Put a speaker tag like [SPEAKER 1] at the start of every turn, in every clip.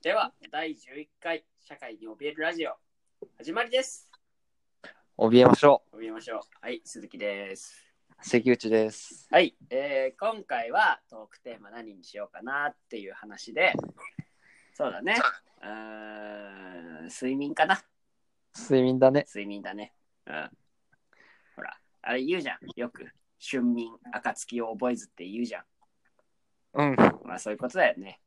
[SPEAKER 1] 第11回社会に怯えるラジオ始まりです。
[SPEAKER 2] 怯えましょ
[SPEAKER 1] 怯えましょう。はい、鈴木です。
[SPEAKER 2] う。関口です。
[SPEAKER 1] はい、えー今回はトークテーマ何にしようかなっていう話で、そうだね。うーん、睡眠かな。
[SPEAKER 2] 睡眠だね。
[SPEAKER 1] 睡眠だね。うん。ほら、あれ言うじゃん。よく、春眠、暁を覚えずって言うじゃん。
[SPEAKER 2] うん。
[SPEAKER 1] まあそういうことだよね。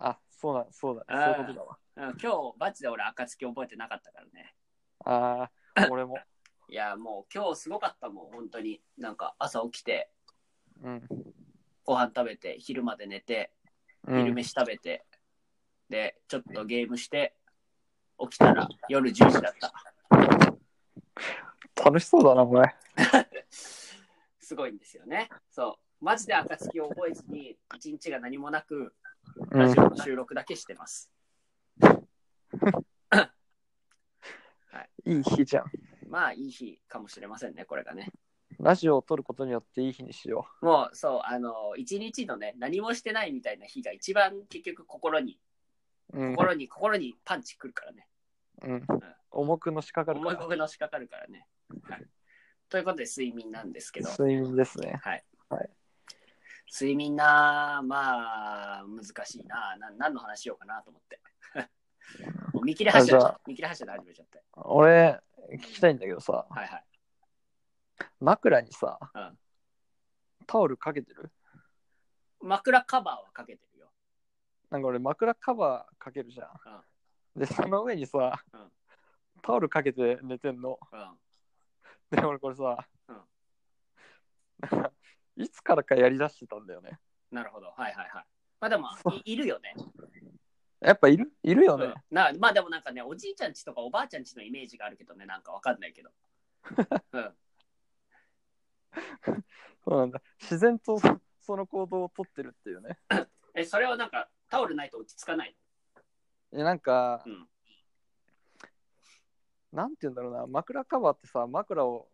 [SPEAKER 2] あ、そうだ、そうだ、
[SPEAKER 1] あー
[SPEAKER 2] そういうことだわ。
[SPEAKER 1] うん、今日、バチで俺、暁覚えてなかったからね。
[SPEAKER 2] ああ、俺も。
[SPEAKER 1] いや、もう今日すごかったもん、本当に。なんか朝起きて、
[SPEAKER 2] うん。
[SPEAKER 1] ご飯食べて、昼まで寝て、
[SPEAKER 2] う
[SPEAKER 1] 昼
[SPEAKER 2] ん、
[SPEAKER 1] 飯食べて、で、ちょっとゲームして、起きたら夜10時だった。
[SPEAKER 2] 楽しそうだな、これ。
[SPEAKER 1] すごいんですよね。そう。マジで暁を覚えずに、一日が何もなく、
[SPEAKER 2] う
[SPEAKER 1] ラ
[SPEAKER 2] ん
[SPEAKER 1] ジ。オの収録だけしてます。
[SPEAKER 2] いい日じゃん。
[SPEAKER 1] まあ、いい日かもしれませんね、これがね。
[SPEAKER 2] ラジオを撮ることによっていい日にしよ
[SPEAKER 1] もう、そう、あの、一日のね、何もしてないみたいな日が一番結局心に、
[SPEAKER 2] う。うん。
[SPEAKER 1] 心に、心にパンチくるからね。
[SPEAKER 2] うん、重くのしかかる
[SPEAKER 1] 思
[SPEAKER 2] か
[SPEAKER 1] い
[SPEAKER 2] ら。
[SPEAKER 1] 込みのしかかるからね。はい。ということで、睡眠なんですけど、
[SPEAKER 2] 睡眠ですね。
[SPEAKER 1] 睡眠なあ、まあ、難しいなあ。な何の話しようかなと思って。もう見切れ発
[SPEAKER 2] あじゃ
[SPEAKER 1] 車
[SPEAKER 2] あ、
[SPEAKER 1] 見切れ発車で始めちゃって。
[SPEAKER 2] 俺、聞きたいんだけどさ、
[SPEAKER 1] はいはい。
[SPEAKER 2] 枕にさ、
[SPEAKER 1] うん
[SPEAKER 2] タオルかけてる
[SPEAKER 1] 枕カバーはかけてるよ。
[SPEAKER 2] なんか俺、枕カバーかけるじゃん。で、その上にさ、
[SPEAKER 1] うん
[SPEAKER 2] タオルかけて寝てんの。
[SPEAKER 1] うん。
[SPEAKER 2] で、俺これさ、
[SPEAKER 1] うん
[SPEAKER 2] なんかいつからかやりだしてたんだよね。
[SPEAKER 1] なるほど。はいはいはい。まあでも
[SPEAKER 2] そう、
[SPEAKER 1] いいるよね。
[SPEAKER 2] やっぱいるいるよ
[SPEAKER 1] う
[SPEAKER 2] ね
[SPEAKER 1] ん。なまあでもなんかね、おじいちゃんちとかおばあちゃんちのイメージがあるけどね、なんかわかんないけど。うん、
[SPEAKER 2] そうなんだ自然とその行動をとってるっていうね。
[SPEAKER 1] え、それはなんかタオルないと落ち着かない。
[SPEAKER 2] いやなんか、
[SPEAKER 1] うん
[SPEAKER 2] なんて言うんだろうな、枕カバーってさ、枕を、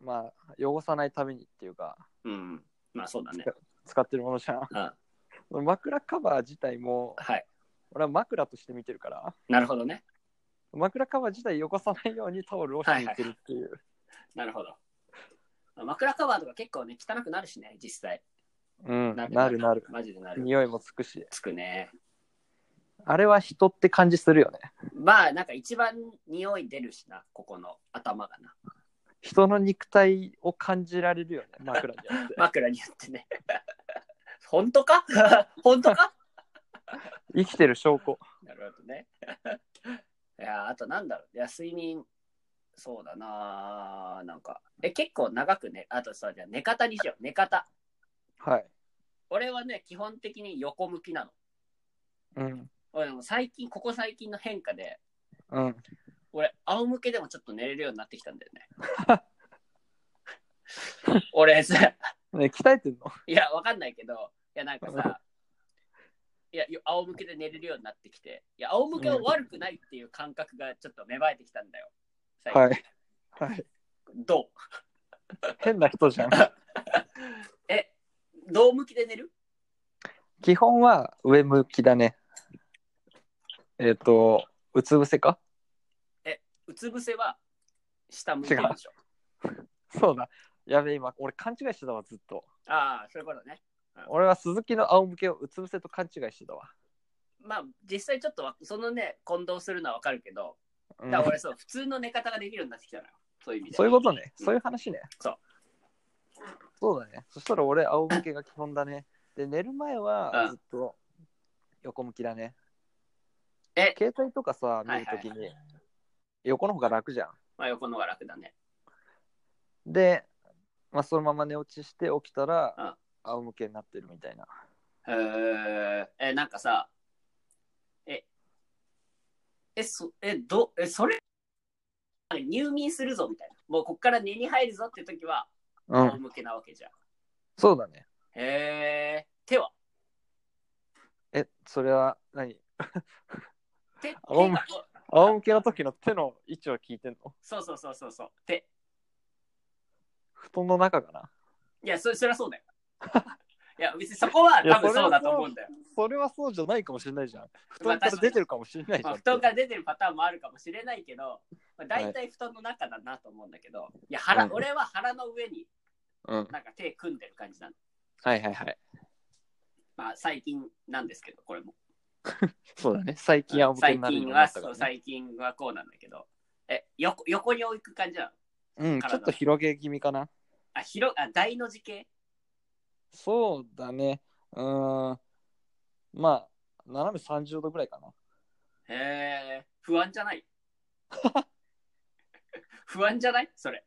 [SPEAKER 2] まあ、汚さないためにっていうか、
[SPEAKER 1] うん。まあそうだね。
[SPEAKER 2] 使ってるものじゃん。
[SPEAKER 1] うん。
[SPEAKER 2] 枕カバー自体も、
[SPEAKER 1] はい。
[SPEAKER 2] 俺は枕として見てるから、
[SPEAKER 1] なるほどね。
[SPEAKER 2] 枕カバー自体汚さないようにタオルを敷いてるっていう。
[SPEAKER 1] なるほど。枕カバーとか結構ね、汚くなるしね、実際。
[SPEAKER 2] うん、なるなる。
[SPEAKER 1] マジでなる。
[SPEAKER 2] 匂いもつくし。
[SPEAKER 1] つくね。
[SPEAKER 2] あれは人って感じするよね。
[SPEAKER 1] まあなんか一番匂い出るしな、ここの頭がな。
[SPEAKER 2] 人の肉体を感じられ るよね、枕にあって。
[SPEAKER 1] 枕によってね。 本当か 本当か
[SPEAKER 2] 生きてる証拠。
[SPEAKER 1] なるほどね。 いや、あとなんだろう。いや、睡眠、そうだななんか。え、結構長くね、あとさ、じゃあ寝方にしよう。寝方。
[SPEAKER 2] はい。
[SPEAKER 1] 俺はね、基本的に横向きなの。
[SPEAKER 2] うん。
[SPEAKER 1] 俺でも最近、ここ最近の変化で、
[SPEAKER 2] うん。
[SPEAKER 1] 俺、仰向けでもちょっと寝れるようになってきたんだよね。俺さ、
[SPEAKER 2] ね、鍛えてんの
[SPEAKER 1] いや、わかんないけど、いや、なんかさ、いや、よ仰向けで寝れるようになってきて、いや、仰向けは悪くないっていう感覚がちょっと芽生えてきたんだよ。最近
[SPEAKER 2] はい。はい。
[SPEAKER 1] どう
[SPEAKER 2] 変な人じゃん。
[SPEAKER 1] え、どう向きで寝る
[SPEAKER 2] 基本は上向きだね。えっ、と、うつ伏せか
[SPEAKER 1] うつ伏せは下向いてるでしょ。
[SPEAKER 2] そうだ。やべえ、今、俺勘違いしてたわ、ずっと。
[SPEAKER 1] ああ、そういうことね。
[SPEAKER 2] 俺は鈴木の仰向けをうつ伏せと勘違いしてたわ。
[SPEAKER 1] まあ、実際ちょっとわそのね、混同するのはわかるけど、
[SPEAKER 2] う
[SPEAKER 1] だ
[SPEAKER 2] ん
[SPEAKER 1] から俺そう、普通の寝方ができるようになってきたのよ。そういう意味で。
[SPEAKER 2] そういうことね。
[SPEAKER 1] うん
[SPEAKER 2] そういう話ね。
[SPEAKER 1] そう。
[SPEAKER 2] そうだね。そしたら俺、仰向けが基本だね。で、寝る前
[SPEAKER 1] う
[SPEAKER 2] は
[SPEAKER 1] ん
[SPEAKER 2] ずっと横向きだね。
[SPEAKER 1] え
[SPEAKER 2] 携帯とかさ、
[SPEAKER 1] いは
[SPEAKER 2] 見
[SPEAKER 1] い
[SPEAKER 2] るときに、横の方が楽じゃん。
[SPEAKER 1] まあ、横の方が楽だね。
[SPEAKER 2] で、まあ、そのまま寝落ちして起きたら、
[SPEAKER 1] うん
[SPEAKER 2] 仰向けになってるみたいな。
[SPEAKER 1] へーえ、なんかさ、え、え、そ、え、ど、え、それ、入眠するぞみたいな。もうこっから寝に入るぞって時は、
[SPEAKER 2] う
[SPEAKER 1] 仰
[SPEAKER 2] ん。
[SPEAKER 1] 向けなわけじゃん。
[SPEAKER 2] そうだね。
[SPEAKER 1] へえ、手は
[SPEAKER 2] え、それは何
[SPEAKER 1] 手手
[SPEAKER 2] 仰
[SPEAKER 1] が
[SPEAKER 2] 向仰向けの時の手の位置は聞いてんの
[SPEAKER 1] そうそうそうそうそう。手。
[SPEAKER 2] 布団の中かない
[SPEAKER 1] や、そそりゃそうだよ。いや、別にそこはい
[SPEAKER 2] や
[SPEAKER 1] 多分
[SPEAKER 2] それは
[SPEAKER 1] そうだと思うんだよ。
[SPEAKER 2] それはそうじゃないかもしれないじゃん。布
[SPEAKER 1] まあ
[SPEAKER 2] 団から出てるかもしれないじ
[SPEAKER 1] ま
[SPEAKER 2] ゃ
[SPEAKER 1] あ、
[SPEAKER 2] ん。
[SPEAKER 1] 布団から出てるパターンもあるかもしれないけど、まあ、大体布団の中だなと思うんだけど、いや腹、
[SPEAKER 2] うん
[SPEAKER 1] 俺は腹の上に
[SPEAKER 2] うん。
[SPEAKER 1] なんか手組んでる感じなの。
[SPEAKER 2] はいはいはい。
[SPEAKER 1] まあ、最近なんですけど、これも。
[SPEAKER 2] そうだね。最近は表
[SPEAKER 1] 最
[SPEAKER 2] になるよう
[SPEAKER 1] 近
[SPEAKER 2] にな
[SPEAKER 1] は、
[SPEAKER 2] ったか
[SPEAKER 1] そ
[SPEAKER 2] ら
[SPEAKER 1] う
[SPEAKER 2] ね、
[SPEAKER 1] 最近はこうなんだけど、え、横横に置く感じなの
[SPEAKER 2] うん、ちょっと広げ気味かな。
[SPEAKER 1] あ、広、あ、大の字系
[SPEAKER 2] そうだね。うーん。まあ、斜め30度ぐらいかな。
[SPEAKER 1] へえ、不安じゃない 不安じゃないそれ。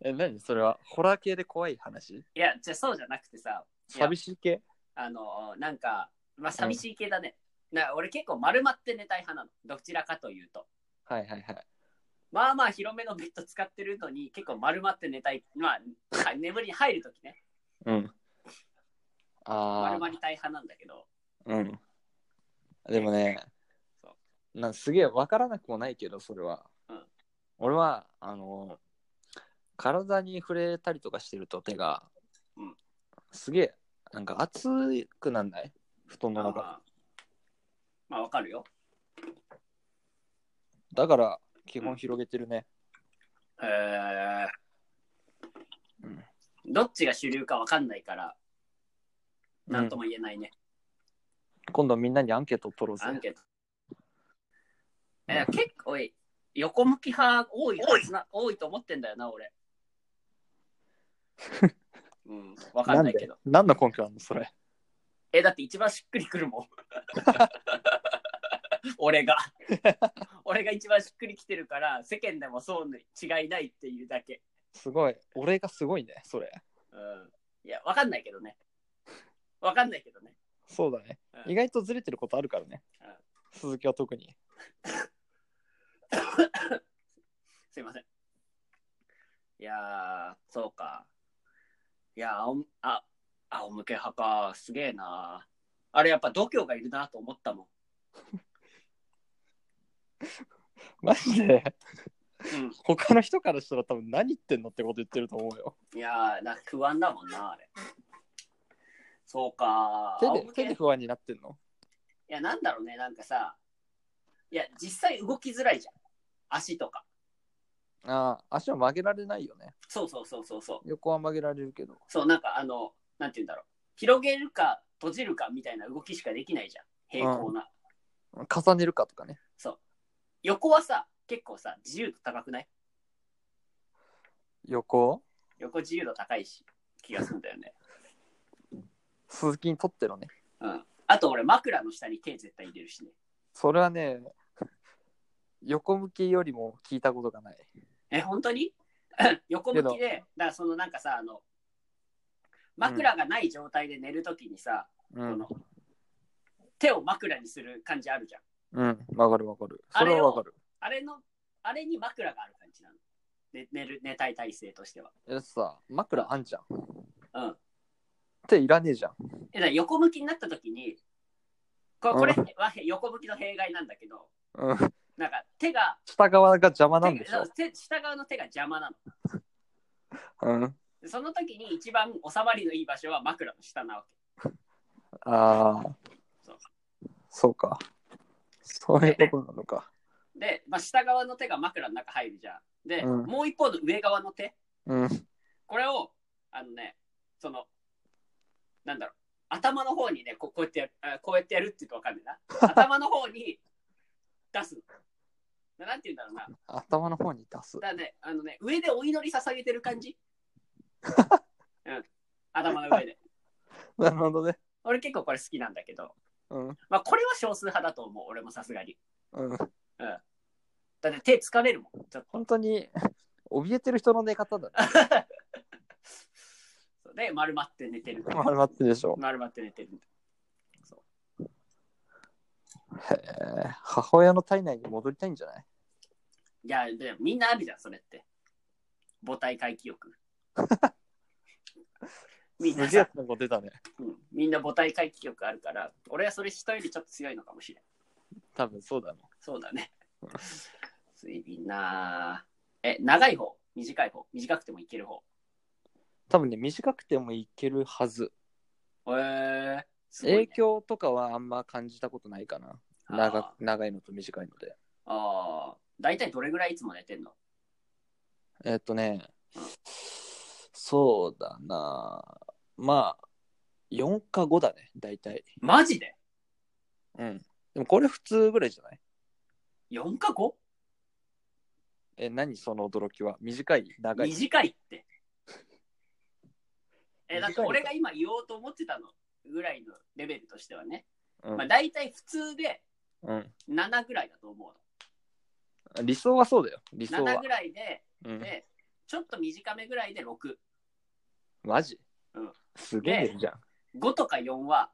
[SPEAKER 2] え、何それはホラー系で怖い話
[SPEAKER 1] いや、じゃあそうじゃなくてさ、いや
[SPEAKER 2] 寂しい系
[SPEAKER 1] あの、なんか、まあ、寂しい系だね。な俺結構丸まって寝たい派なの。どちらかというと。
[SPEAKER 2] はいはいはい。
[SPEAKER 1] まあまあ広めのベッド使ってるのに結構丸まって寝たい。まあ、は眠りに入るときね、
[SPEAKER 2] うん。あ
[SPEAKER 1] 丸ま
[SPEAKER 2] あ、
[SPEAKER 1] りたい派なんだけど、
[SPEAKER 2] うん。でもね、
[SPEAKER 1] そ
[SPEAKER 2] なんすげえわからなくもないけど、それは。
[SPEAKER 1] うん
[SPEAKER 2] 俺は、あの、体に触れたりとかしてると手が、
[SPEAKER 1] うん
[SPEAKER 2] すげえ、なんか熱くなんない布団の
[SPEAKER 1] まあ
[SPEAKER 2] 中
[SPEAKER 1] まあ、まあわかるよ。
[SPEAKER 2] だから、基
[SPEAKER 1] う
[SPEAKER 2] 本
[SPEAKER 1] ん
[SPEAKER 2] 広げてるね。
[SPEAKER 1] えー
[SPEAKER 2] うん
[SPEAKER 1] どっちが主流かわかんないから、なんとも言えないね。
[SPEAKER 2] 今度みんなにアンケート取ろうぜ
[SPEAKER 1] ア。ンケート。えー結構い横向き派多いはずな多いと思ってんだよな、 俺。うん、わかんないけど。
[SPEAKER 2] なんで何の根拠あんのそれ。
[SPEAKER 1] え、だって一番しっくりくるもん。 俺が。俺が一番しっくりきてるから、世間でもそうに違いないっていうだけ。
[SPEAKER 2] すごい。俺がすごいね、それ。
[SPEAKER 1] うん。いや、わかんないけどね。わかんないけどね。
[SPEAKER 2] そうだね。
[SPEAKER 1] うん
[SPEAKER 2] 意外とずれてることあるからね
[SPEAKER 1] うん。
[SPEAKER 2] 鈴木は特に。
[SPEAKER 1] すいません。いやー、そうか。いやー、あおあ、仰向け派か。すげえなあれやっぱ度胸がいるなと思ったもん。
[SPEAKER 2] マジで、
[SPEAKER 1] うん
[SPEAKER 2] 他の人からしたら多分何言ってんのってこと言ってると思うよ。
[SPEAKER 1] いやー、なんか不安だもんな、あれ。そうか。
[SPEAKER 2] 手
[SPEAKER 1] 仰
[SPEAKER 2] で
[SPEAKER 1] 向け
[SPEAKER 2] 手で不安になってんの
[SPEAKER 1] いや、なんだろうね、なんかさ、いや、実際動きづらいじゃん。足とか。
[SPEAKER 2] ああ、足は曲げられないよね。
[SPEAKER 1] そうそうそうそうそう。
[SPEAKER 2] 横は曲げられるけど。
[SPEAKER 1] そう、なんかあの、なんて言うんだろう。広げるか閉じるかみたいな動きしかできないじゃん。平行な。
[SPEAKER 2] 重ねるかとかね。
[SPEAKER 1] 横はさ、結構さ、自由度高くない
[SPEAKER 2] 横
[SPEAKER 1] 横自由度高いし、気がするんだよね。
[SPEAKER 2] 鈴木にとってのね。
[SPEAKER 1] うん。あと俺、枕の下に手絶対入れるしね。
[SPEAKER 2] それはね、 横向きよりも聞いたことがない。
[SPEAKER 1] え、本当に 横向きで、だからそのなんかさ、あの、枕がない状態で寝るときにさ、
[SPEAKER 2] う
[SPEAKER 1] こ
[SPEAKER 2] ん
[SPEAKER 1] の。手を枕にする感じあるじゃん。
[SPEAKER 2] うん。わかるわかる。
[SPEAKER 1] あ
[SPEAKER 2] そ
[SPEAKER 1] れを
[SPEAKER 2] れはわかる。
[SPEAKER 1] あれの、あれに枕がある感じなの。ね、寝る、寝たい体勢としては。
[SPEAKER 2] えだってさ、枕あんじゃん。
[SPEAKER 1] うん。
[SPEAKER 2] 手いらねえじゃん。
[SPEAKER 1] え、だから横向きになった時に、ここれ
[SPEAKER 2] う
[SPEAKER 1] は横向きの弊害なんだけど、
[SPEAKER 2] うん。
[SPEAKER 1] なんか手が、
[SPEAKER 2] 下側が邪魔なん
[SPEAKER 1] 手
[SPEAKER 2] でしょ
[SPEAKER 1] が。手下側の手が邪魔なの。
[SPEAKER 2] うん。
[SPEAKER 1] でその時に一番収まりのいい場所は枕の下なわ
[SPEAKER 2] ああ
[SPEAKER 1] そう。
[SPEAKER 2] そうか。そういうことなのか。
[SPEAKER 1] け。で、まあ、下側の手が枕の中入るじゃん。で、
[SPEAKER 2] うん
[SPEAKER 1] もう一方の上側の手、
[SPEAKER 2] うん。
[SPEAKER 1] これを、あのね、その、なんだろう、頭の方にね、ここうやってやる、あこうやってやるって言うとわかんないな。頭の方に出すの。ななんて言うんだろうな。
[SPEAKER 2] 頭の方に出す
[SPEAKER 1] だ。からね、あのね、上でお祈り捧げてる感 じ。うん、頭の上で。
[SPEAKER 2] なるほどね。
[SPEAKER 1] 俺結構これ好きなんだけど、
[SPEAKER 2] うん。
[SPEAKER 1] まあこれは少数派だと思う、俺もさすがに。
[SPEAKER 2] うん。
[SPEAKER 1] だって手疲れるもん、ちょっと。
[SPEAKER 2] 本当に、怯えてる人の寝方だね。
[SPEAKER 1] そうで、丸まって寝てる。
[SPEAKER 2] 丸まってるでしょ。
[SPEAKER 1] 丸まって寝てる。
[SPEAKER 2] へえ。母親の体内に戻りたいんじゃない
[SPEAKER 1] いや、でもみんなあるじゃん、それって。母体回帰 欲。みんな
[SPEAKER 2] すげえ
[SPEAKER 1] さ、
[SPEAKER 2] なんか出たね。
[SPEAKER 1] うん、みんな母体回帰欲あるから、俺はそれ人よりちょっと強いのかもしれん。
[SPEAKER 2] 多分そうだね。
[SPEAKER 1] そうだね。睡眠なあえ、長い方短い方短くてもいける方
[SPEAKER 2] 多分ね、短くてもいけるはず。
[SPEAKER 1] へえ。すごいね
[SPEAKER 2] 影響とかはあんま感じたことないかな。長
[SPEAKER 1] あ
[SPEAKER 2] く長いのと短いので。
[SPEAKER 1] ーあー。大体どれぐらいいつも寝てんの
[SPEAKER 2] えっとね、そうだな。まあ、4か5だね、大体。
[SPEAKER 1] マジで
[SPEAKER 2] うん。でもこれ普通ぐらいじゃない
[SPEAKER 1] ?4 か 5?
[SPEAKER 2] え、何その驚きは。短い長い
[SPEAKER 1] 短いって。え、だって
[SPEAKER 2] 短いのか
[SPEAKER 1] 俺が今言おうと思ってたのぐらいのレベルとしてはね。
[SPEAKER 2] うん
[SPEAKER 1] まあ大体普通で
[SPEAKER 2] うん。
[SPEAKER 1] 7ぐらいだと思
[SPEAKER 2] 理想はそうだよ、理
[SPEAKER 1] う
[SPEAKER 2] 想
[SPEAKER 1] の。7
[SPEAKER 2] は
[SPEAKER 1] ぐ。らいで、
[SPEAKER 2] うん、
[SPEAKER 1] で、ちょっと短めぐらいで6。
[SPEAKER 2] マジ、
[SPEAKER 1] うん
[SPEAKER 2] すげえじゃん。
[SPEAKER 1] 5とか4は、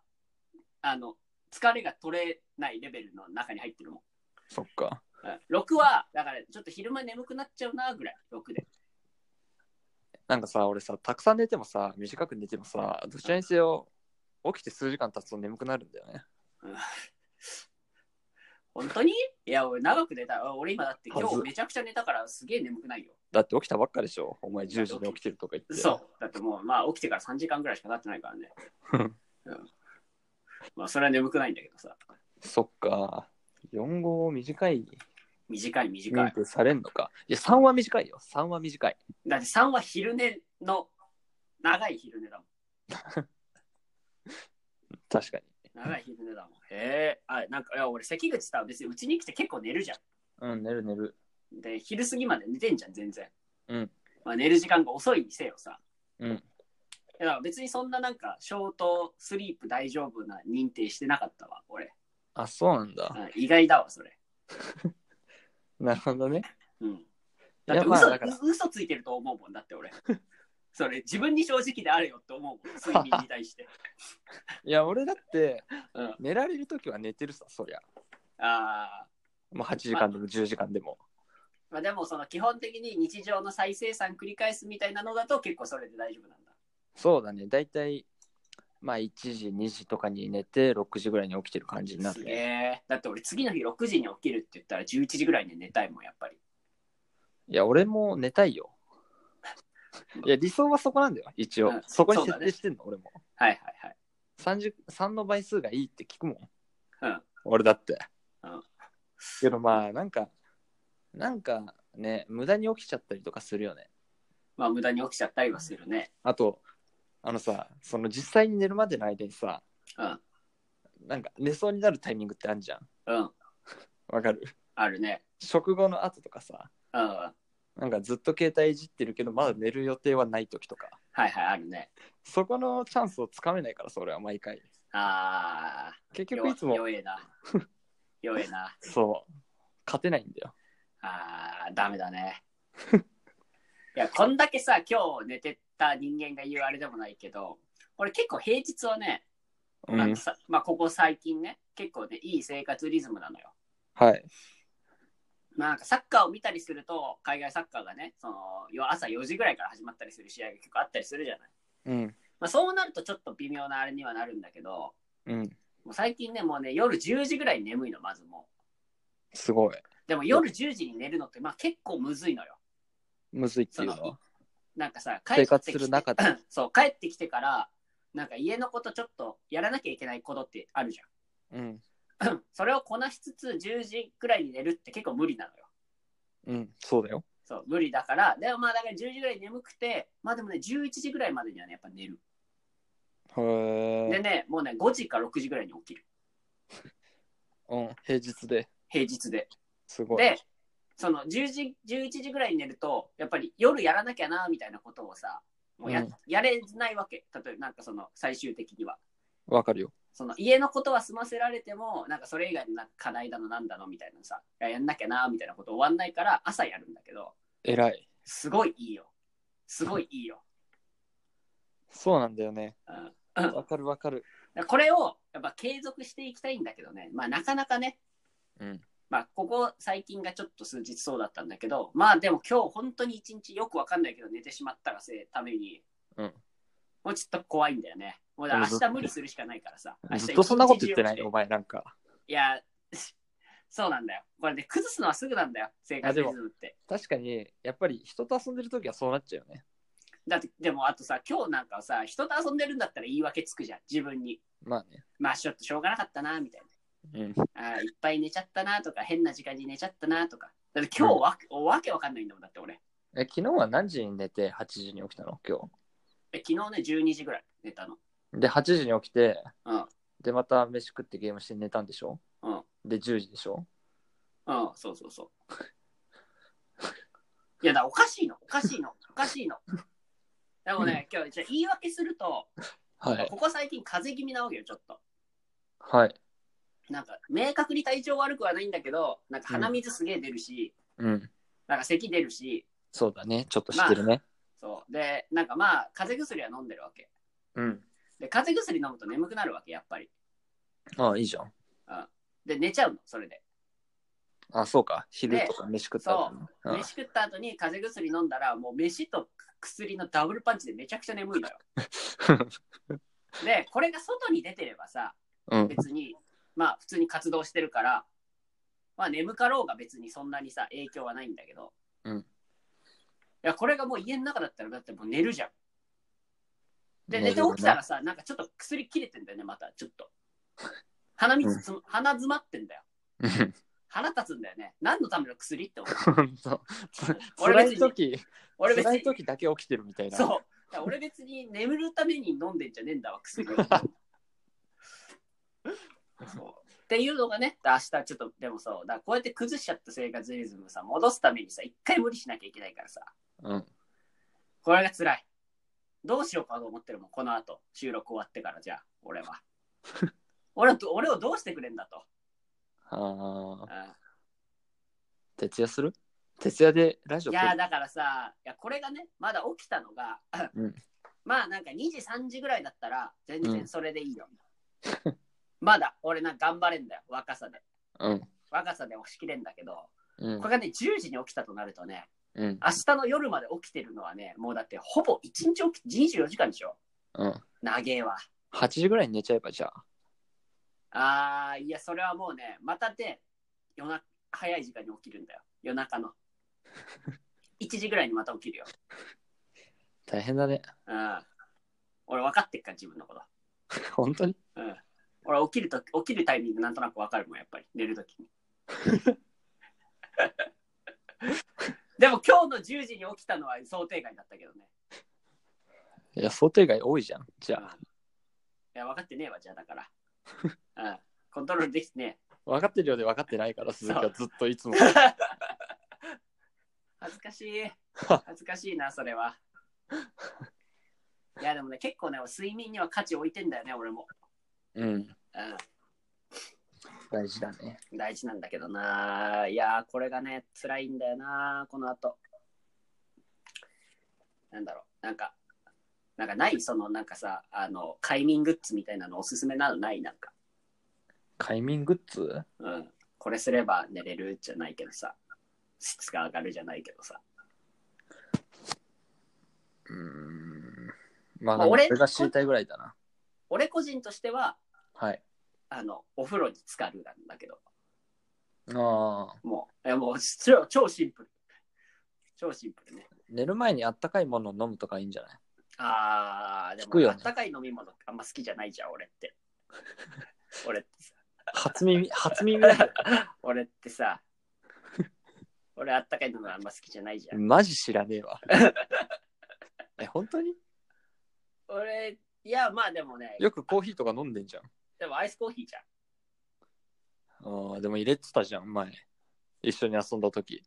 [SPEAKER 1] あの、疲れが取れないレベルの中に入ってるもん。
[SPEAKER 2] そっか。
[SPEAKER 1] うん6は、だからちょっと昼間眠くなっちゃうなぐらい、6で。
[SPEAKER 2] なんかさ、俺さ、たくさん寝てもさ、短く寝てもさ、どちらにせよ、起きて数時間経つと眠くなるんだよね。
[SPEAKER 1] 本当にいや、俺長く寝た。俺今だって今
[SPEAKER 2] は
[SPEAKER 1] 日
[SPEAKER 2] ず
[SPEAKER 1] めちゃくちゃ寝たからすげえ眠くないよ。
[SPEAKER 2] だって起きたばっかでしょ。お前10時に起きてるとか言って。
[SPEAKER 1] そう。だってもう、まあ起きてから3時間ぐらいしか経ってないからね。
[SPEAKER 2] うん
[SPEAKER 1] まあそれは眠くないんだけどさ。
[SPEAKER 2] そっか。4号短い
[SPEAKER 1] 短い短
[SPEAKER 2] 認
[SPEAKER 1] い。
[SPEAKER 2] 定されんのか。いや、3は短いよ。3は短い。
[SPEAKER 1] だって3は昼寝の、長い昼寝だもん。
[SPEAKER 2] 確かに。
[SPEAKER 1] 長い昼寝だもん。へえ。あ、なんか、いや俺関口さ、別にうちに来て結構寝るじゃん。
[SPEAKER 2] うん、寝る寝る。
[SPEAKER 1] で、昼過ぎまで寝てんじゃん、全然。
[SPEAKER 2] うん。
[SPEAKER 1] まあ、寝る時間が遅いにせよさ。
[SPEAKER 2] うん。
[SPEAKER 1] いやだから別にそんななんか、ショートスリープ大丈夫な認定してなかったわ、俺。
[SPEAKER 2] あ、そうなんだ。
[SPEAKER 1] うん意外だわ、それ。
[SPEAKER 2] なるほどね。
[SPEAKER 1] うん。
[SPEAKER 2] い
[SPEAKER 1] だっ
[SPEAKER 2] や、
[SPEAKER 1] て
[SPEAKER 2] ま
[SPEAKER 1] 嘘,、
[SPEAKER 2] あ、だから、
[SPEAKER 1] 嘘ついてると思うもんだって俺。 それ、自分に正直であれよって思うもん、睡眠に対 して。
[SPEAKER 2] いや、俺だって、
[SPEAKER 1] うん。
[SPEAKER 2] 寝られるときは寝てるさ、そりゃ。
[SPEAKER 1] ああ。
[SPEAKER 2] もう8時間でも10時間でも。
[SPEAKER 1] まあでも、その基本的に日常の再生産繰り返すみたいなのだと結構それで大丈夫なんだ。
[SPEAKER 2] そうだね。だいたい、まあ、1時、2時とかに寝て、6時ぐらいに起きてる感じになっ
[SPEAKER 1] す
[SPEAKER 2] て
[SPEAKER 1] げ。え。だって俺次の日6時に起きるって言ったら11時ぐらいに寝たいもん、やっぱり。
[SPEAKER 2] いや、俺も寝た いよ。いや、理想はそこなんだよ、一応。
[SPEAKER 1] うん
[SPEAKER 2] そこに
[SPEAKER 1] そうだ
[SPEAKER 2] 設
[SPEAKER 1] ね
[SPEAKER 2] 定してんの、俺も。
[SPEAKER 1] はいはいはい。
[SPEAKER 2] 30 3の倍数がいいって聞くもん。
[SPEAKER 1] うん
[SPEAKER 2] 俺だって。
[SPEAKER 1] うん
[SPEAKER 2] けどまあ、なんか、なんかね、無駄に起きちゃったりとかするよね。
[SPEAKER 1] まあ無駄に起きちゃったりはするね。
[SPEAKER 2] あと、あのさ、その実際に寝るまでの間にさ、
[SPEAKER 1] うん。
[SPEAKER 2] なんか寝そうになるタイミングってあるじゃん。
[SPEAKER 1] うん。
[SPEAKER 2] わかる
[SPEAKER 1] あるね。
[SPEAKER 2] 食後の後とかさ、
[SPEAKER 1] うん。はい
[SPEAKER 2] なんかずっと携帯いじってるけど、まだ寝る予定はない時とか。
[SPEAKER 1] はい、あるね。
[SPEAKER 2] そこのチャンスをつかめないから、それは毎回。
[SPEAKER 1] ああ。
[SPEAKER 2] 結局いつも
[SPEAKER 1] 弱弱えな。 弱えな。
[SPEAKER 2] そう。勝てないんだよ。
[SPEAKER 1] あー、ダメだ ね。いや、こんだけさ、今日寝てた人間が言うあれでもないけど、俺結構平日はね、
[SPEAKER 2] う
[SPEAKER 1] あ
[SPEAKER 2] ん
[SPEAKER 1] の。さまあ、ここ最近ね、結構ね、いい生活リズムなのよ。
[SPEAKER 2] はい。
[SPEAKER 1] まあ、なんかサッカーを見たりすると、海外サッカーがね、そのよ朝4時ぐらいから始まったりする試合が結構あったりするじゃない。
[SPEAKER 2] うん。
[SPEAKER 1] まあ、そうなるとちょっと微妙なあれにはなるんだけど、
[SPEAKER 2] うん。
[SPEAKER 1] もう最近ね、もうね、夜10時ぐらいに眠いの、まずも
[SPEAKER 2] すごい。
[SPEAKER 1] う。でも夜10時に寝るのって、まあ結構むずいのよ。
[SPEAKER 2] むずいっていうのは。
[SPEAKER 1] なんかさ、帰ってき
[SPEAKER 2] 生
[SPEAKER 1] て
[SPEAKER 2] 活する中で。
[SPEAKER 1] そう、帰ってきてから、なんか家のことちょっとやらなきゃいけないことってあるじ
[SPEAKER 2] うん。
[SPEAKER 1] ゃん。それをこなしつつ10時くらいに寝るって結構無理なのよ。
[SPEAKER 2] うん。そうだよ。
[SPEAKER 1] そう、無理だから、でもまあだから10時ぐらい眠くて、まあでもね、11時ぐらいまでにはね、やっぱ寝る。
[SPEAKER 2] へ
[SPEAKER 1] で
[SPEAKER 2] え。
[SPEAKER 1] ね、もうね、5時か6時ぐらいに起きる。
[SPEAKER 2] うん。平日で。
[SPEAKER 1] 平日で。
[SPEAKER 2] すごい。
[SPEAKER 1] で、その10時、11時ぐらいに寝ると、やっぱり夜やらなきゃな、みたいなことをさ、もうや,、
[SPEAKER 2] うん
[SPEAKER 1] やれないわけ。例えばなんかその最終的には。
[SPEAKER 2] わかるよ。
[SPEAKER 1] その家のことは済ませられても、なんかそれ以外のなんか課題だのなんだのみたいなさ、いややんなきゃなみたいなこと終わんないから朝やるんだけど、
[SPEAKER 2] 偉い。
[SPEAKER 1] すごいいいよ。すごいいいよ。
[SPEAKER 2] そうなんだよね。
[SPEAKER 1] うん
[SPEAKER 2] わかるわかる。
[SPEAKER 1] だからこれをやっぱ継続していきたいんだけどね、まあなかなかね、
[SPEAKER 2] うん。
[SPEAKER 1] まあここ最近がちょっと数日そうだったんだけど、まあでも今日本当に一日よくわかんないけど寝てしまったがせいために、
[SPEAKER 2] うん
[SPEAKER 1] もうちょっと怖いんだよね。もうだから明日無理するしかないからさ。明日
[SPEAKER 2] ずっとそんなこと言ってない
[SPEAKER 1] 一日中起き
[SPEAKER 2] お前なんか。
[SPEAKER 1] いや、そうなんだよ。これね、崩すのはすぐなんだよ、生活リズムって。
[SPEAKER 2] 確かに、やっぱり人と遊んでるときはそうなっちゃうよね。
[SPEAKER 1] だって、でもあとさ、今日なんかさ、人と遊んでるんだったら言い訳つくじゃん、自分に。
[SPEAKER 2] まあね。
[SPEAKER 1] まあ、ちょっとしょうがなかったな、みたい
[SPEAKER 2] うん。
[SPEAKER 1] な。あーいっぱい寝ちゃったな、とか、変な時間に寝ちゃったな、とか。だって今日わ,、わけわかんないんだもん、だって俺。
[SPEAKER 2] え、昨日は何時に寝て8時に起きたの今
[SPEAKER 1] え昨日ね、12時ぐらい寝たの。
[SPEAKER 2] 日。で、8時に起きて、
[SPEAKER 1] うん
[SPEAKER 2] で、また飯食ってゲームして寝たんでしょ
[SPEAKER 1] うん。
[SPEAKER 2] で、10時でしょ
[SPEAKER 1] うん、そうそうそう。いや、だからおかしいの、おかしいの、おかしいの。でもね、今日、じゃあ言い訳すると、
[SPEAKER 2] はい。
[SPEAKER 1] ここ最近風邪気味なわけよ、ちょっと。
[SPEAKER 2] はい。
[SPEAKER 1] なんか、明確に体調悪くはないんだけど、なんか鼻水すげえ出るし、
[SPEAKER 2] うん。
[SPEAKER 1] なんか咳出るし、
[SPEAKER 2] そうだね。ちょっと知ってるね。
[SPEAKER 1] そう。で、なんかまあ、風邪薬は飲んでるわけ。
[SPEAKER 2] うん。
[SPEAKER 1] で、風邪薬飲むと眠くなるわけ、やっぱり。
[SPEAKER 2] ああ、いいじゃん。
[SPEAKER 1] で、寝ちゃうの、それで。
[SPEAKER 2] あ、そうか。昼とか飯食った後ねうん
[SPEAKER 1] 飯食った後に風邪薬飲んだら、もう飯と薬のダブルパンチでめちゃくちゃ眠いのよ。で、これが外に出てればさ、
[SPEAKER 2] うん。
[SPEAKER 1] 別に、まあ、普通に活動してるから、まあ、眠かろうが別にそんなにさ、影響はないんだけど。
[SPEAKER 2] うん
[SPEAKER 1] いや、これがもう家の中だったら、だってもう寝るじゃん。で、
[SPEAKER 2] 寝
[SPEAKER 1] 寝
[SPEAKER 2] る
[SPEAKER 1] て
[SPEAKER 2] よね
[SPEAKER 1] 起きたらさ、なんかちょっと薬切れてんだよね、また、ちょっと。鼻水つ、鼻詰まってんだよ。
[SPEAKER 2] うん
[SPEAKER 1] 腹立つんだよね。何のための薬って思 う。
[SPEAKER 2] ほんと。つ
[SPEAKER 1] 俺
[SPEAKER 2] 辛
[SPEAKER 1] 別
[SPEAKER 2] い
[SPEAKER 1] に
[SPEAKER 2] 時、
[SPEAKER 1] 俺別
[SPEAKER 2] 辛
[SPEAKER 1] に
[SPEAKER 2] い、時だけ起きてるみたいな。
[SPEAKER 1] そう。だから俺別に眠るために飲んでんじゃねえんだわ、薬 を。そうっていうのがね、明日ちょっと、でもそう、だからこうやって崩しちゃった生活リズムをさ、戻すためにさ、一回無理しなきゃいけないからさ、
[SPEAKER 2] うん。
[SPEAKER 1] これが辛い。どうしようかと思ってるもん、この後、収録終わってから、じゃあ、俺は。 俺はど俺をどうしてくれんだと。
[SPEAKER 2] ああ、
[SPEAKER 1] うん
[SPEAKER 2] 徹夜する徹夜でラジオ
[SPEAKER 1] い
[SPEAKER 2] 撮る
[SPEAKER 1] やだからさいやこれがねまだ起きたのが、
[SPEAKER 2] うん
[SPEAKER 1] まあなんか2時3時ぐらいだったら全然それでいいよ、 まだ俺なんか頑張れんだよ若さで
[SPEAKER 2] うん。
[SPEAKER 1] 若さで押し切れんだけど
[SPEAKER 2] うん
[SPEAKER 1] こ。れがね10時に起きたとなるとね
[SPEAKER 2] うん。
[SPEAKER 1] 明日の夜まで起きてるのはねもうだってほぼ1日起き24時間でしょ
[SPEAKER 2] うん。
[SPEAKER 1] 長えわ
[SPEAKER 2] 8時ぐらいに寝ちゃえばじゃあ。
[SPEAKER 1] あーいやそれはもうねまたで夜な早い時間に起きるんだよ夜中 の1時ぐらいにまた起きるよ
[SPEAKER 2] 大変だね。
[SPEAKER 1] うん俺分かってっから自分のこと
[SPEAKER 2] 本当に
[SPEAKER 1] うん。俺起きるとき起きるタイミングなんとなくわかるもん、やっぱり、寝るときに。でも今日の10時に起きたのは想定外だったけどね。
[SPEAKER 2] いや、想定外多いじゃん。じゃ
[SPEAKER 1] うん
[SPEAKER 2] あ、
[SPEAKER 1] いや、分かってねえわ、じゃあだから。うん。コントロールできてね
[SPEAKER 2] 分かってるようで分かってないから、鈴木はずっといつも。
[SPEAKER 1] え恥ずかしい。恥ずかしいな、それは。いや、でもね、結構ね、睡眠には価値置いてんだよね、俺も。
[SPEAKER 2] うん。
[SPEAKER 1] うん。
[SPEAKER 2] 大事だね。
[SPEAKER 1] 大事なんだけどないやーこれがね辛いんだよなこの後なんだろうなんかなんかないそのなんかさあの快眠グッズみたいなのおすすめなのないなんか、
[SPEAKER 2] 快眠グッズ
[SPEAKER 1] うん、これすれば寝れるじゃないけどさ質が上がるじゃないけどさ、
[SPEAKER 2] うーん。ま
[SPEAKER 1] まあ
[SPEAKER 2] あ、
[SPEAKER 1] 俺
[SPEAKER 2] 俺が知りたいぐらいだな。
[SPEAKER 1] 俺個人としては
[SPEAKER 2] はい。
[SPEAKER 1] あのお風呂に浸かるなんだけど
[SPEAKER 2] ああ、
[SPEAKER 1] もうえもう超超シンプル超シンプルね
[SPEAKER 2] 寝る前にあったかいものを飲むとかいいんじゃ ない
[SPEAKER 1] あーで
[SPEAKER 2] 聞く
[SPEAKER 1] も
[SPEAKER 2] よ
[SPEAKER 1] あ
[SPEAKER 2] ね
[SPEAKER 1] ったかい飲み物あんま好きじゃないじゃん俺って 俺ってさ
[SPEAKER 2] 初耳、初耳だよ。
[SPEAKER 1] 俺ってさ俺あったかいのがあんま好きじゃないじゃん、
[SPEAKER 2] マジ知らねえ わ。え、本当に
[SPEAKER 1] 俺いやまあでもね
[SPEAKER 2] よくコーヒーとか飲んでんじゃん。
[SPEAKER 1] でもアイスコーヒーじゃん
[SPEAKER 2] ああ、でも入れてたじゃん、前。一緒に遊んだ時。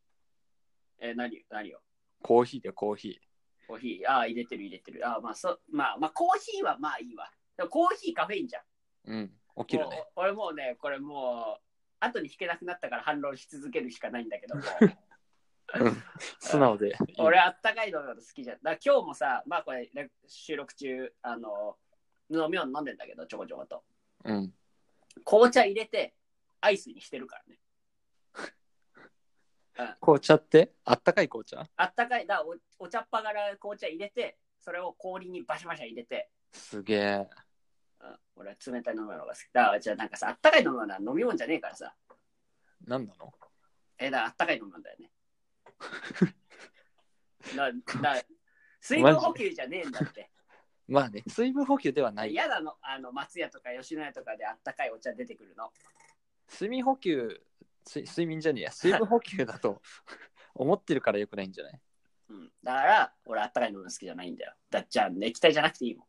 [SPEAKER 1] えー何よ何よ
[SPEAKER 2] コーヒーでコーヒ
[SPEAKER 1] コーヒーああ入れてる入れてるああまあそうまあまあコーヒーはまあいいわでもコーヒーカフェインじゃん
[SPEAKER 2] ー。うん。起きるね。
[SPEAKER 1] もう俺もうねこれもう後に引けなくなったから反論し続けるしかないんだけども
[SPEAKER 2] 素直で。
[SPEAKER 1] 俺あったかい飲み物好きじゃんだから今日もさまあこれね収録中あの飲み物飲んでんだけどちょこちょこと
[SPEAKER 2] うん。
[SPEAKER 1] 紅茶入れてアイスにしてるからね
[SPEAKER 2] 紅茶ってあったかい紅茶
[SPEAKER 1] あったかい、だからおお茶っ葉から紅茶入れて、それを氷にバシャバシャ入れて、
[SPEAKER 2] すげえ。
[SPEAKER 1] うん、俺は冷たい飲み物が好き。だからじゃあなんかさ、あったかい飲み物は飲み物じゃねえからさ、
[SPEAKER 2] なんなの
[SPEAKER 1] え、だからあったかい飲み物だよね。だだ水分補給じゃねえんだって。
[SPEAKER 2] まあね、水分補給ではない。
[SPEAKER 1] 嫌なの、あの、松屋とか吉野家とかであったかいお茶出てくるの。
[SPEAKER 2] 睡眠補給、す睡眠じゃ ねえや、水分補給だと思ってるからよくないんじゃない
[SPEAKER 1] うん。だから、俺あったかいの好きじゃないんだよ。だっちゃん、液体じゃなくていいもん。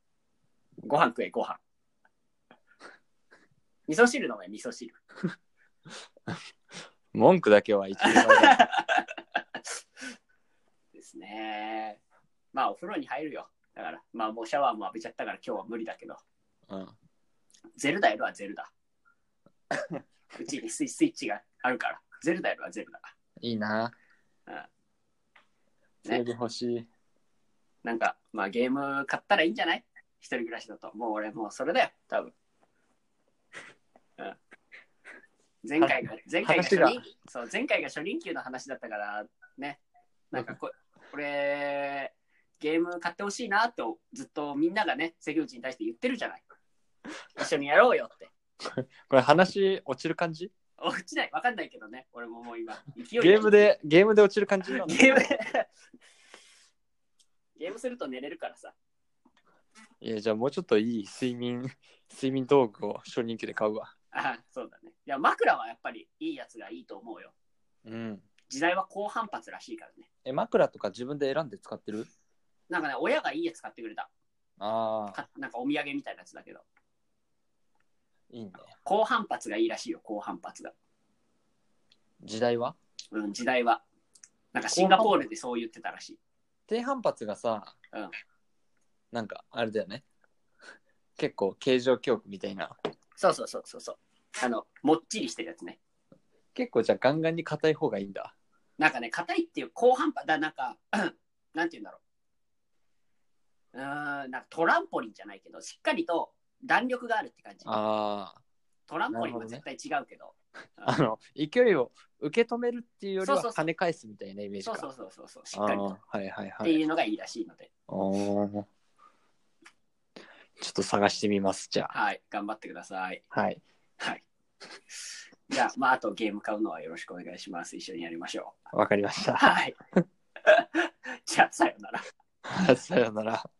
[SPEAKER 1] ご飯食え、ご飯。 味噌汁飲め、味噌汁。
[SPEAKER 2] 文句だけは一応言わない
[SPEAKER 1] ですね。まあ、お風呂に入るよ。だから、まあ、もうシャワーも浴びちゃったから今日は無理だけど。
[SPEAKER 2] うん。
[SPEAKER 1] ゼルダやるはゼルダ。うちにスイスイッチがあるから。ゼルダやるはゼルダ。
[SPEAKER 2] いいな。
[SPEAKER 1] うん
[SPEAKER 2] それで欲しい。
[SPEAKER 1] なんか、まあゲーム買ったらいいんじゃない一人暮らしだと。もう俺もうそれだよ、多分。うん。前回が、前回が初
[SPEAKER 2] 話が
[SPEAKER 1] 任そう、前回が初任給の話だったから、ね。なんかこ、これ、ゲーム買ってほしいなと、ずっとみんながね、関口に対して言ってるじゃない。一緒にやろうよって。
[SPEAKER 2] これ話落ちる感じ
[SPEAKER 1] 落ちない、わかんないけどね、俺ももう今、勢いが
[SPEAKER 2] ゲームで、ゲームで落ちる感じなの
[SPEAKER 1] ゲームでゲームすると寝れるからさ。
[SPEAKER 2] いや、じゃあもうちょっといい睡眠、睡眠道具を初任給で買うわ。
[SPEAKER 1] あそうだね。いや、枕はやっぱりいいやつがいいと思うよ。
[SPEAKER 2] うん。
[SPEAKER 1] 時代は高反発らしいからね。
[SPEAKER 2] え、枕とか自分で選んで使ってる
[SPEAKER 1] なんかね、親がいいやつ買ってくれた。
[SPEAKER 2] ああ、
[SPEAKER 1] かなんかお土産みたいなやつだけど。
[SPEAKER 2] いいね。
[SPEAKER 1] 高反発がいいらしいよ、高反発が。
[SPEAKER 2] 時代は
[SPEAKER 1] うん、時代は。なんかシンガポールでそう言ってたらしい。
[SPEAKER 2] 低反発がさ、
[SPEAKER 1] うん
[SPEAKER 2] なんかあれだよね。結構形状記憶みたいな。
[SPEAKER 1] そうそうそうそうそう。あの、もっちりしてるやつね。
[SPEAKER 2] 結構じゃあガンガンに硬い方がいいんだ。
[SPEAKER 1] なんかね、硬いっていう高反発だ、なんか、 なんて言うんだろう。うーん、なんかトランポリンじゃないけど、しっかりと弾力があるって感じ。
[SPEAKER 2] ああ、
[SPEAKER 1] トランポリン
[SPEAKER 2] なるほ
[SPEAKER 1] は
[SPEAKER 2] どね
[SPEAKER 1] 絶対違うけど。うん
[SPEAKER 2] あの、勢いを受け止めるっていうより
[SPEAKER 1] そうそう
[SPEAKER 2] は
[SPEAKER 1] そう
[SPEAKER 2] 跳ね返すみたいなイメージ
[SPEAKER 1] そ
[SPEAKER 2] か。
[SPEAKER 1] うそうそうそうそう、しっかりと。
[SPEAKER 2] ああはいはい
[SPEAKER 1] っ
[SPEAKER 2] は
[SPEAKER 1] て
[SPEAKER 2] い。
[SPEAKER 1] いうのがいいらしいので、
[SPEAKER 2] おーちょっと探してみます、じゃあ。
[SPEAKER 1] はい、頑張ってください。
[SPEAKER 2] はい。
[SPEAKER 1] はい。 じゃあ、まあ、あとゲーム買うのはよろしくお願いします。一緒にやりましょ
[SPEAKER 2] わかりまし
[SPEAKER 1] う。
[SPEAKER 2] た。
[SPEAKER 1] はい。じゃあ、さようなら。
[SPEAKER 2] さよなら。